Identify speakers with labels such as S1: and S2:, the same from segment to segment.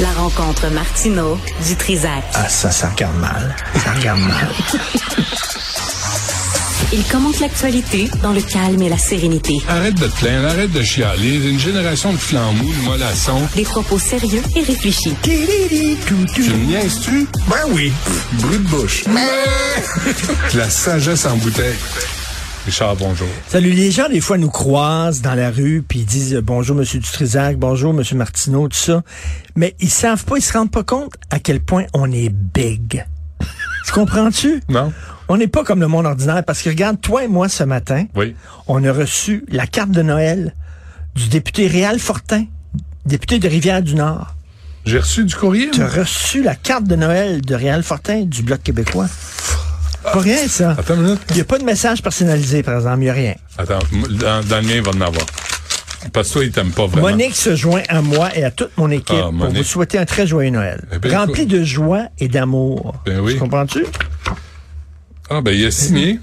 S1: La rencontre Martino du Trizac.
S2: Ah, ça, ça regarde mal. Ça regarde mal.
S1: Il commente l'actualité dans le calme et la sérénité.
S3: Arrête de te plaindre, arrête de chialer. Une génération de flambeaux, de mollassons.
S1: Des propos sérieux et réfléchis.
S3: Ben Tu me niaises-tu?
S2: Ben oui.
S3: Brut de bouche. La sagesse en bouteille. Richard, bonjour.
S2: Salut, les gens, des fois, nous croisent dans la rue, puis ils disent euh, bonjour, monsieur Dutrisac, bonjour, monsieur Martineau, tout ça. Mais ils savent pas, ils se rendent pas compte à quel point on est big. tu comprends-tu?
S3: Non?
S2: On n'est pas comme le monde ordinaire, parce que regarde, toi et moi, ce matin,
S3: Oui.
S2: on a reçu la carte de Noël du député Réal Fortin, député de Rivière-du-Nord.
S3: J'ai reçu du courrier.
S2: Tu
S3: moi.
S2: as reçu la carte de Noël de Réal Fortin du Bloc québécois. Pas rien, ça.
S3: Attends une minute.
S2: Il n'y a pas de message personnalisé, par exemple. Il n'y a rien.
S3: Attends, m- dans, dans le mien, il va en avoir. Parce que toi, il t'aime pas vraiment.
S2: Monique se joint à moi et à toute mon équipe
S3: Ben Ah,
S2: pour
S3: Monique.
S2: vous souhaiter un très joyeux Noël.
S3: Eh ben,
S2: rempli de joie et d'amour.
S3: Ben oui.
S2: Tu comprends-tu?
S3: Ah, ben, il a signé.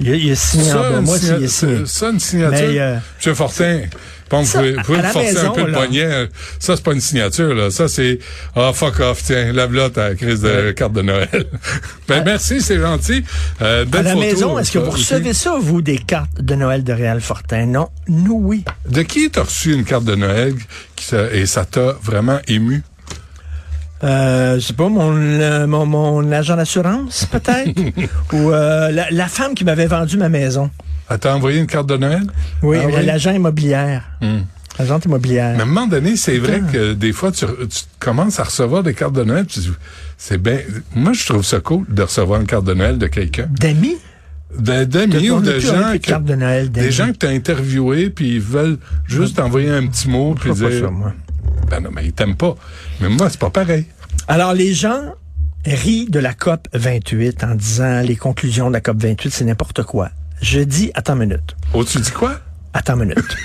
S2: Il, a- il a signé en bas.
S3: une
S2: Ah, ben, Moi,
S3: signa-
S2: c'est- il a signé.
S3: ça, ça, une signature.
S2: Mais, euh,
S3: Monsieur Fortin, bon, vous
S2: ça,
S3: pouvez, vous
S2: à-
S3: pouvez
S2: à la
S3: me forcer
S2: maison,
S3: un peu le
S2: là.
S3: poignet. Ça, c'est pas une signature, là. Ça, c'est, ah, fuck off, tiens, lave-la ta crise de carte de Noël. ben, merci, c'est gentil. Euh, belle
S2: À la
S3: photo,
S2: maison, est-ce que
S3: ça,
S2: vous
S3: aussi.
S2: recevez ça, vous, des cartes de Noël de Réal Fortin? Non. Nous, oui.
S3: De qui t'as reçu une carte de Noël qui t'a- et ça t'a vraiment ému?
S2: Euh, je sais pas, mon, euh, mon, mon agent d'assurance, peut-être? Ou euh, la, la femme qui m'avait vendu ma maison.
S3: Elle t'a envoyé une carte de Noël?
S2: Oui, Hmm.
S3: Ah oui?
S2: l'agent immobilière. L'agente immobilière.
S3: Mais à un moment donné, c'est vrai que des fois, tu, re- tu commences à recevoir des cartes de Noël. puis tu- C'est bien. Moi, je trouve ça cool de recevoir une carte de Noël de quelqu'un.
S2: D'amis?
S3: De- D'amis
S2: On
S3: ou
S2: a
S3: de
S2: plus- on a
S3: gens
S2: plus de
S3: que,
S2: cartes de Noël,
S3: des
S2: d'amis.
S3: gens que t'as interviewés puis ils veulent juste t'envoyer un petit mot
S2: Je
S3: puis
S2: crois pas
S3: dire
S2: ça, moi.
S3: ben non mais ils t'aiment pas mais moi c'est pas pareil
S2: Alors, les gens rient de la COP 28 en disant les conclusions de la COP 28, c'est n'importe quoi. Je dis, attends une minute.
S3: oh tu dis quoi
S2: Attends une minute.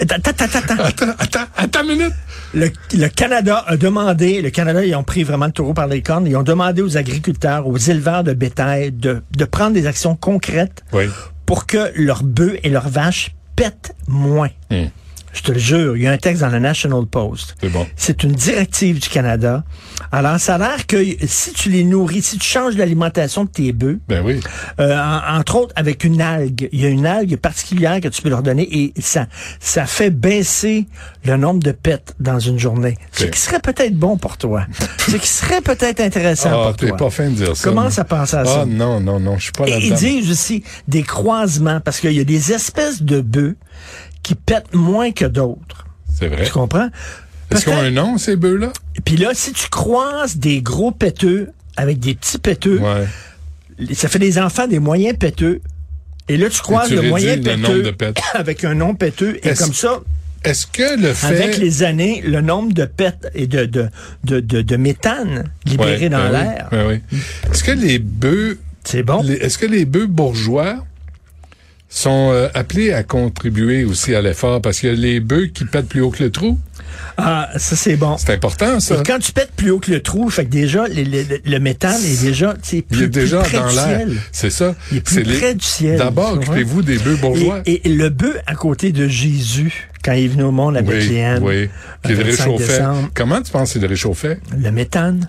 S2: Attends, attends, attends, attends.
S3: attends attends attends une minute
S2: Le, le Canada a demandé, le Canada, ils ont pris vraiment le taureau par les cornes, ils ont demandé aux agriculteurs, aux éleveurs de bétail de, de prendre des actions concrètes
S3: oui
S2: pour que leurs bœufs et leurs vaches pètent moins.
S3: Hmm.
S2: Je te le jure, il y a un texte dans le National Post.
S3: C'est bon.
S2: C'est une directive du Canada. Alors, ça a l'air que si tu les nourris, si tu changes l'alimentation de tes bœufs,
S3: ben oui
S2: euh, en- entre autres avec une algue, il y a une algue particulière que tu peux leur donner et ça, ça fait baisser le nombre de pets dans une journée. Ce
S3: Ok.
S2: qui serait peut-être bon pour toi. Ce qui serait peut-être intéressant
S3: ah
S2: pour
S3: t'es
S2: toi.
S3: pas fin de dire ça
S2: Commence
S3: moi.
S2: à penser à ça.
S3: ah non non non je suis pas là
S2: Et ils
S3: dedans
S2: disent aussi des croisements, parce qu'il y a des espèces de bœufs qui pètent moins que d'autres.
S3: c'est vrai
S2: Tu comprends?
S3: est-ce qu'ils ont
S2: Peut-être-
S3: un nom ces bœufs là
S2: Puis là, si tu croises des gros péteux avec des petits péteux,
S3: ouais
S2: ça fait des enfants des moyens péteux. Et là, tu croises
S3: tu
S2: le
S3: réduis
S2: moyen
S3: le
S2: péteux
S3: nombre de pets.
S2: avec un nom péteux. Et
S3: Est-ce-
S2: comme ça,
S3: est-ce que le fait
S2: avec les années, le nombre de pets et de, de, de, de, de méthane libéré
S3: Ouais,
S2: dans
S3: ben oui,
S2: l'air,
S3: ben oui. est-ce que les bœufs
S2: c'est bon.
S3: Les- Est-ce que les bœufs bourgeois sont euh, appelés à contribuer aussi à l'effort parce que les bœufs qui pètent plus haut que le trou,
S2: Ah, ça, c'est bon.
S3: c'est important ça.
S2: Et quand tu pètes plus haut que le trou, fait que déjà, le, le- le- le méthane est déjà, tu sais, plus,
S3: Il est déjà
S2: plus près
S3: dans
S2: du
S3: l'air.
S2: ciel.
S3: C'est ça.
S2: Il est plus
S3: C'est les-
S2: près du ciel, tu
S3: D'abord,
S2: comprends?
S3: occupez-vous des bœufs bourgeois.
S2: Et, et le bœuf à côté de Jésus, quand il est venu au monde à
S3: oui,
S2: Bethléem,
S3: oui.
S2: le
S3: Puis le
S2: 25
S3: réchauffait.
S2: euh, décembre,
S3: Comment tu penses qu'il le réchauffait?
S2: le méthane,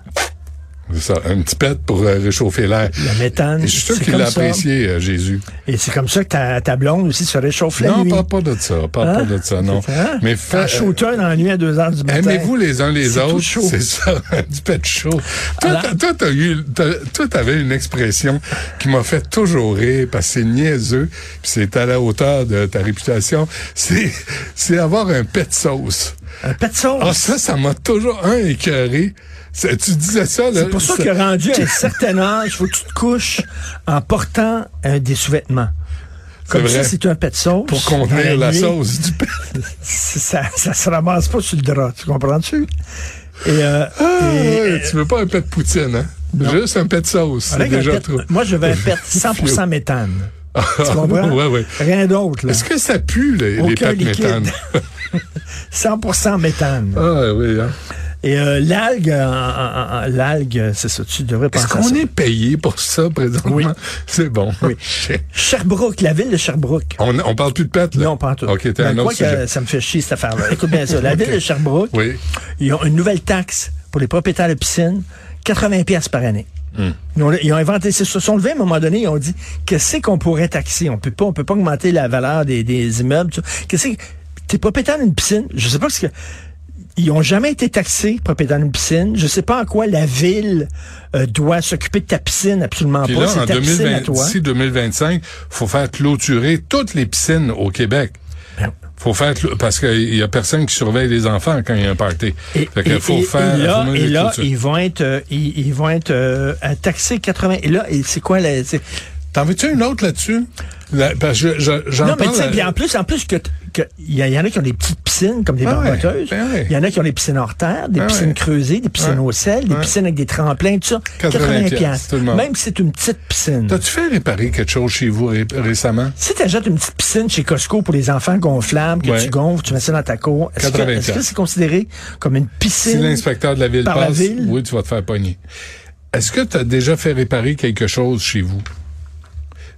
S3: C'est ça, un petit pet pour euh, réchauffer l'air.
S2: le méthane,
S3: Et Je suis sûr
S2: c'est
S3: qu'il
S2: comme
S3: l'a
S2: ça.
S3: apprécié, euh, Jésus.
S2: Et c'est comme ça que ta, ta blonde aussi se réchauffe la
S3: non,
S2: nuit.
S3: parle pas de ça. Parle
S2: Hein?
S3: pas de ça, non.
S2: C'est ça?
S3: Mais
S2: T'as un
S3: fais, euh,
S2: shooter dans la nuit à 2 heures du matin.
S3: Aimez-vous les uns les
S2: C'est tout
S3: autres.
S2: chaud.
S3: C'est ça, un petit peu de chaud. Toi,
S2: Alors-
S3: t'as- toi, t'as eu, t'as- toi, t'avais une expression qui m'a fait toujours rire parce que c'est niaiseux, puis c'est à la hauteur de ta réputation. C'est, c'est avoir un pet de sauce.
S2: Un pet de sauce.
S3: Ah, ça, ça m'a toujours un écœuré. Ça, tu disais ça, là.
S2: c'est pour ça que rendu à un certain âge, faut que tu te couches en portant euh, des sous-vêtements. Comme
S3: vrai.
S2: ça, c'est un pet de sauce.
S3: Pour
S2: Dans
S3: contenir la
S2: nuit,
S3: sauce du pet.
S2: Ça, ça se ramasse pas sur le drap, tu comprends-tu? Et, euh,
S3: Ah,
S2: et,
S3: ouais, tu veux pas un pet de poutine, hein? Juste un pet de sauce. C'est
S2: avec un
S3: déjà
S2: pet-
S3: trop. Ah.
S2: moi, je vais perdre 100% méthane. Tu comprends?
S3: ouais, ouais.
S2: Rien d'autre. là.
S3: Est-ce que ça pue, les, les
S2: Aucun
S3: pâtes
S2: liquide.
S3: méthane?
S2: 100% méthane.
S3: Ah, oui, hein?
S2: Et euh, l'algue, euh, en- en- en- l'algue, c'est ça, tu devrais penser
S3: Est-ce
S2: à
S3: qu'on
S2: ça.
S3: est payé pour ça présentement?
S2: Oui.
S3: C'est bon.
S2: Oui. Sherbrooke, la ville de Sherbrooke.
S3: on, on parle plus de pâtes, là?
S2: Non, pas en tout.
S3: OK, t'as
S2: Ben,
S3: un autre
S2: quoi que,
S3: sujet.
S2: ça me fait chier, cette affaire-là. Écoute bien ça. La
S3: OK.
S2: ville de Sherbrooke,
S3: Oui.
S2: ils ont une nouvelle taxe pour les propriétaires de piscines, 80 pièces par année.
S3: Hmm.
S2: Ils, ont, ils ont inventé, ils se sont levés à un moment donné, ils ont dit, qu'est-ce qu'on pourrait taxer? On peut pas, on peut pas augmenter la valeur des, des immeubles. tout ça. Qu'est-ce que, t'es propriétaire d'une piscine? Je sais pas ce que, ils ont jamais été taxés, propriétaires d'une piscine. Je sais pas en quoi la ville euh, doit s'occuper de ta piscine, absolument
S3: Puis
S2: pas.
S3: là,
S2: C'est
S3: en
S2: ta piscine à
S3: 2020,
S2: toi.
S3: d'ici 2025, faut faire clôturer toutes les piscines au Québec.
S2: Ben
S3: Faut faire clo- parce qu'il y a personne qui surveille les enfants quand il y a un party.
S2: Et,
S3: fait que
S2: et-
S3: faut
S2: et-
S3: faire
S2: et là,
S3: faut mettre
S2: et
S3: des
S2: là,
S3: clôtures.
S2: ils vont être, euh, ils, ils vont être euh, à taxer 80. Et là, et c'est quoi la, c'est-
S3: T'en veux-tu une autre là-dessus? Là, parce que je- je- j'en
S2: Non, mais tu
S3: parle
S2: sais,
S3: à-
S2: puis en plus, en plus que, que il y, a- il y en a qui ont des petites piscines comme des
S3: Ah ouais,
S2: barboteuses. Il
S3: ben ouais.
S2: y en a qui ont des piscines hors terre, des
S3: Ah
S2: piscines
S3: ouais.
S2: creusées, des piscines
S3: Ouais.
S2: au sel, des
S3: Ouais.
S2: piscines avec des tremplins, tout ça.
S3: 80 piastres,
S2: piastres.
S3: tout le monde.
S2: Même si c'est une petite piscine.
S3: T'as-tu fait réparer quelque chose chez vous ré- récemment?
S2: Si tu achètes une petite piscine chez Costco pour les enfants gonflables, que
S3: Ouais.
S2: tu gonfles, tu mets ça dans ta cour, est-ce que
S3: 80
S2: est-ce que c'est considéré comme une
S3: Si
S2: piscine?
S3: l'inspecteur de la ville
S2: par la
S3: passe,
S2: ville?
S3: oui, tu vas te faire pogner. Est-ce que tu as déjà fait réparer quelque chose chez vous?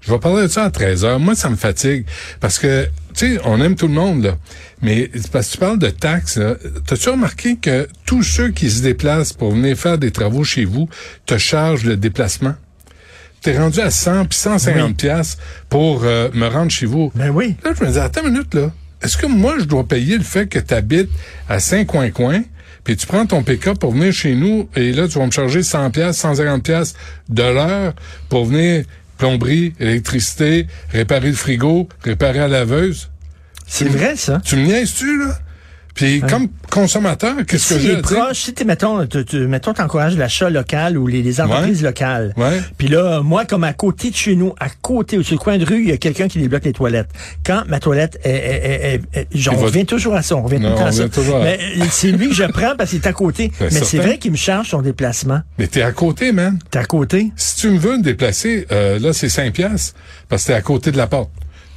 S3: Je vais parler de ça à 13 heures. Moi, ça me fatigue. Parce que, tu sais, on aime tout le monde, là. Mais c'est parce que tu parles de taxes, là. T'as-tu remarqué que tous ceux qui se déplacent pour venir faire des travaux chez vous te chargent le déplacement? T'es rendu à 100 puis 150 piastres pour euh, me rendre chez vous.
S2: Ben oui.
S3: Là, je me dis, attends une minute, là. Est-ce que moi, je dois payer le fait que tu habites à Saint-Coin-Coin, puis tu prends ton pick-up pour venir chez nous, et là, tu vas me charger 100 pièces, 150 pièces de l'heure pour venir plomberie, électricité, réparer le frigo, réparer la laveuse?
S2: C'est vrai, ça.
S3: Tu me niaises-tu, là? Puis comme consommateur, qu'est-ce que
S2: si
S3: j'ai
S2: les
S3: à dire?
S2: proches, si t'es, mettons, tu, tu- mettons, t'encourages l'achat local ou les, les entreprises
S3: Ouais.
S2: locales.
S3: Ouais.
S2: Puis là, moi, comme à côté de chez nous, à côté, sur le coin de rue, il y a quelqu'un qui débloque les toilettes. Quand ma toilette est, est- est- est- est- genre,
S3: Il
S2: on
S3: va-
S2: revient toujours à ça, on revient
S3: Non,
S2: tout le temps
S3: on
S2: à ça.
S3: revient toujours à-
S2: Mais euh, c'est lui que je prends parce qu'il est à côté.
S3: Ben,
S2: Mais c'est
S3: certain.
S2: vrai qu'il me charge son déplacement.
S3: Mais t'es à côté, man.
S2: T'es à côté?
S3: si tu me veux me déplacer, euh, là, c'est 5 piastres, parce que t'es à côté de la porte.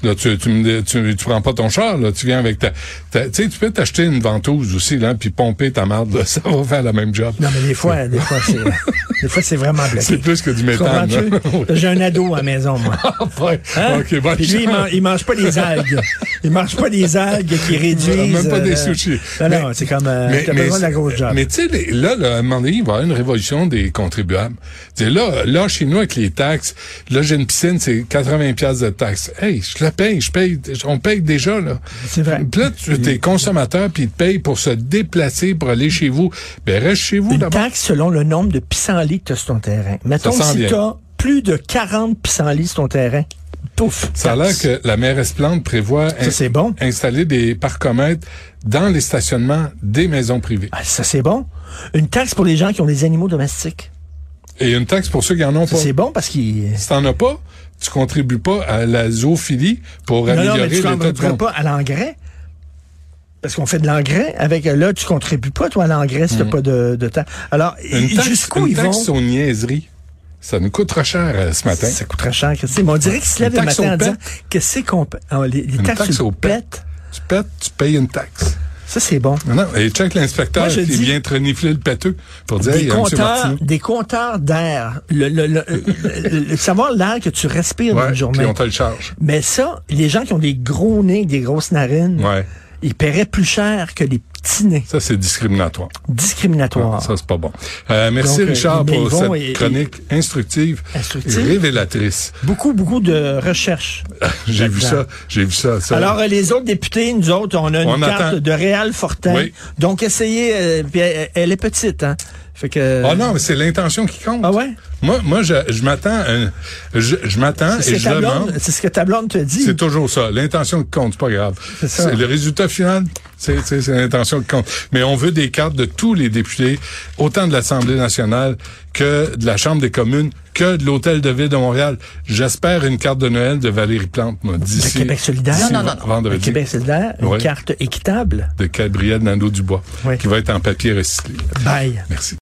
S3: Là, tu, tu, me- tu, tu prends pas ton char, là, tu viens avec ta... ta- tu sais, tu peux t'acheter une ventouse aussi, là, puis pomper ta marde, là, ça va faire le même job.
S2: Non, mais des fois, des fois, c'est, des fois, c'est vraiment bloqué.
S3: C'est plus que du méthane,
S2: Comprends-tu?
S3: là. Oui.
S2: J'ai un ado à la maison, moi.
S3: Ouais.
S2: Hein?
S3: OK, bon,
S2: Puis lui, il, mange, il mange pas des algues. il mange pas des algues qui réduisent.
S3: Même pas des
S2: euh,
S3: sushis.
S2: Non,
S3: Mais-
S2: non, c'est comme. Euh, t'as besoin de la grosse job.
S3: Mais tu sais, les- là, là, à un moment donné, il va y avoir une révolution des contribuables. Tu sais, là, là, chez nous, avec les taxes, là, j'ai une piscine, c'est 80 pièces de taxes. Hey, je la paye, je paye, on paye déjà, là.
S2: C'est vrai.
S3: Puis là, tu es consommateur, puis ils te payent pour se déplacer, pour aller chez vous. Ben, reste chez vous
S2: Une
S3: d'abord.
S2: taxe selon le nombre de pissenlits que tu as sur ton terrain. Mettons
S3: Ça sent
S2: si
S3: bien.
S2: tu as plus de 40 pissenlits sur ton terrain. Pouf.
S3: Ça a l'air
S2: taxe.
S3: que la mairesse Plante prévoit
S2: Ça, c'est bon.
S3: installer des parcomètres dans les stationnements des maisons privées.
S2: Ah, ça, c'est bon. Une taxe pour les gens qui ont des animaux domestiques.
S3: Et une taxe pour ceux qui en ont
S2: Ça,
S3: pas.
S2: c'est bon parce qu'ils.
S3: Si t'en as pas, tu contribues pas à la zoophilie pour
S2: Non, non, mais
S3: améliorer
S2: tu
S3: l'état de
S2: contribueras
S3: monde.
S2: pas à l'engrais. Parce qu'on fait de l'engrais avec euh, là, tu contribues pas, toi, à l'engrais si t'as pas de, de temps. Alors,
S3: Une taxe,
S2: jusqu'où
S3: une
S2: ils
S3: taxe
S2: vont?
S3: aux niaiseries, ça nous coûtera cher euh, ce matin.
S2: Ça coûtera cher, Christine. Mais on dirait qu'ils se lèvent
S3: Une
S2: le
S3: taxe
S2: matin
S3: au
S2: en disant
S3: pet.
S2: que c'est qu'on paie. Ah, les, les taxes,
S3: taxe
S2: sur le
S3: au pet.
S2: pet,
S3: Tu pètes, tu payes une taxe.
S2: ça c'est bon.
S3: Non, non, et check l'inspecteur
S2: Moi, je
S3: qui
S2: dis-
S3: vient te renifler le pâteux pour dire,
S2: Des
S3: hey, euh, monsieur
S2: compteurs,
S3: Martineau.
S2: des compteurs d'air. Le, le- le- le- le- le- savoir l'air que tu respires dans
S3: Ouais,
S2: une
S3: puis
S2: journée.
S3: on te le charge.
S2: Mais ça, les gens qui ont des gros nez, des grosses narines,
S3: Ouais.
S2: ils paieraient plus cher que les petits nez.
S3: Ça, c'est discriminatoire.
S2: Discriminatoire.
S3: Ça, c'est pas bon. Euh, merci,
S2: Ah. Donc, euh,
S3: Richard,
S2: mais ils
S3: pour
S2: vont
S3: cette
S2: et- et-
S3: chronique instructive,
S2: Instructive.
S3: révélatrice.
S2: beaucoup, beaucoup de recherches.
S3: J'ai vu
S2: Là-dedans.
S3: ça, j'ai vu ça. ça.
S2: Alors, euh, les autres députés, nous autres, on a une
S3: On
S2: carte
S3: attend.
S2: de Réal Fortin.
S3: Oui.
S2: Donc, essayez, euh, puis elle, elle est petite, hein. Fait que.
S3: Ah non, mais c'est l'intention qui compte.
S2: Ah ouais?
S3: Moi, moi je, je m'attends, à un- je, je m'attends
S2: C'est
S3: et
S2: ce
S3: je
S2: que ta
S3: demande.
S2: blonde- c'est ce que ta blonde te dit.
S3: C'est toujours ça. L'intention qui compte, c'est pas grave.
S2: C'est ça.
S3: C'est- Le résultat final, c'est c'est- c'est l'intention qui compte. Mais on veut des cartes de tous les députés, autant de l'Assemblée nationale que de la Chambre des communes, que de l'Hôtel de Ville de Montréal. J'espère une carte de Noël de Valérie Plante, moi,
S2: Le
S3: d'ici.
S2: Québec solidaire.
S3: d'ici
S2: Le
S3: Vendredi.
S2: Québec solidaire,
S3: Ouais.
S2: une carte équitable.
S3: De Gabriel Nando Dubois,
S2: Oui.
S3: qui va être en papier recyclé.
S2: Bye.
S3: Merci.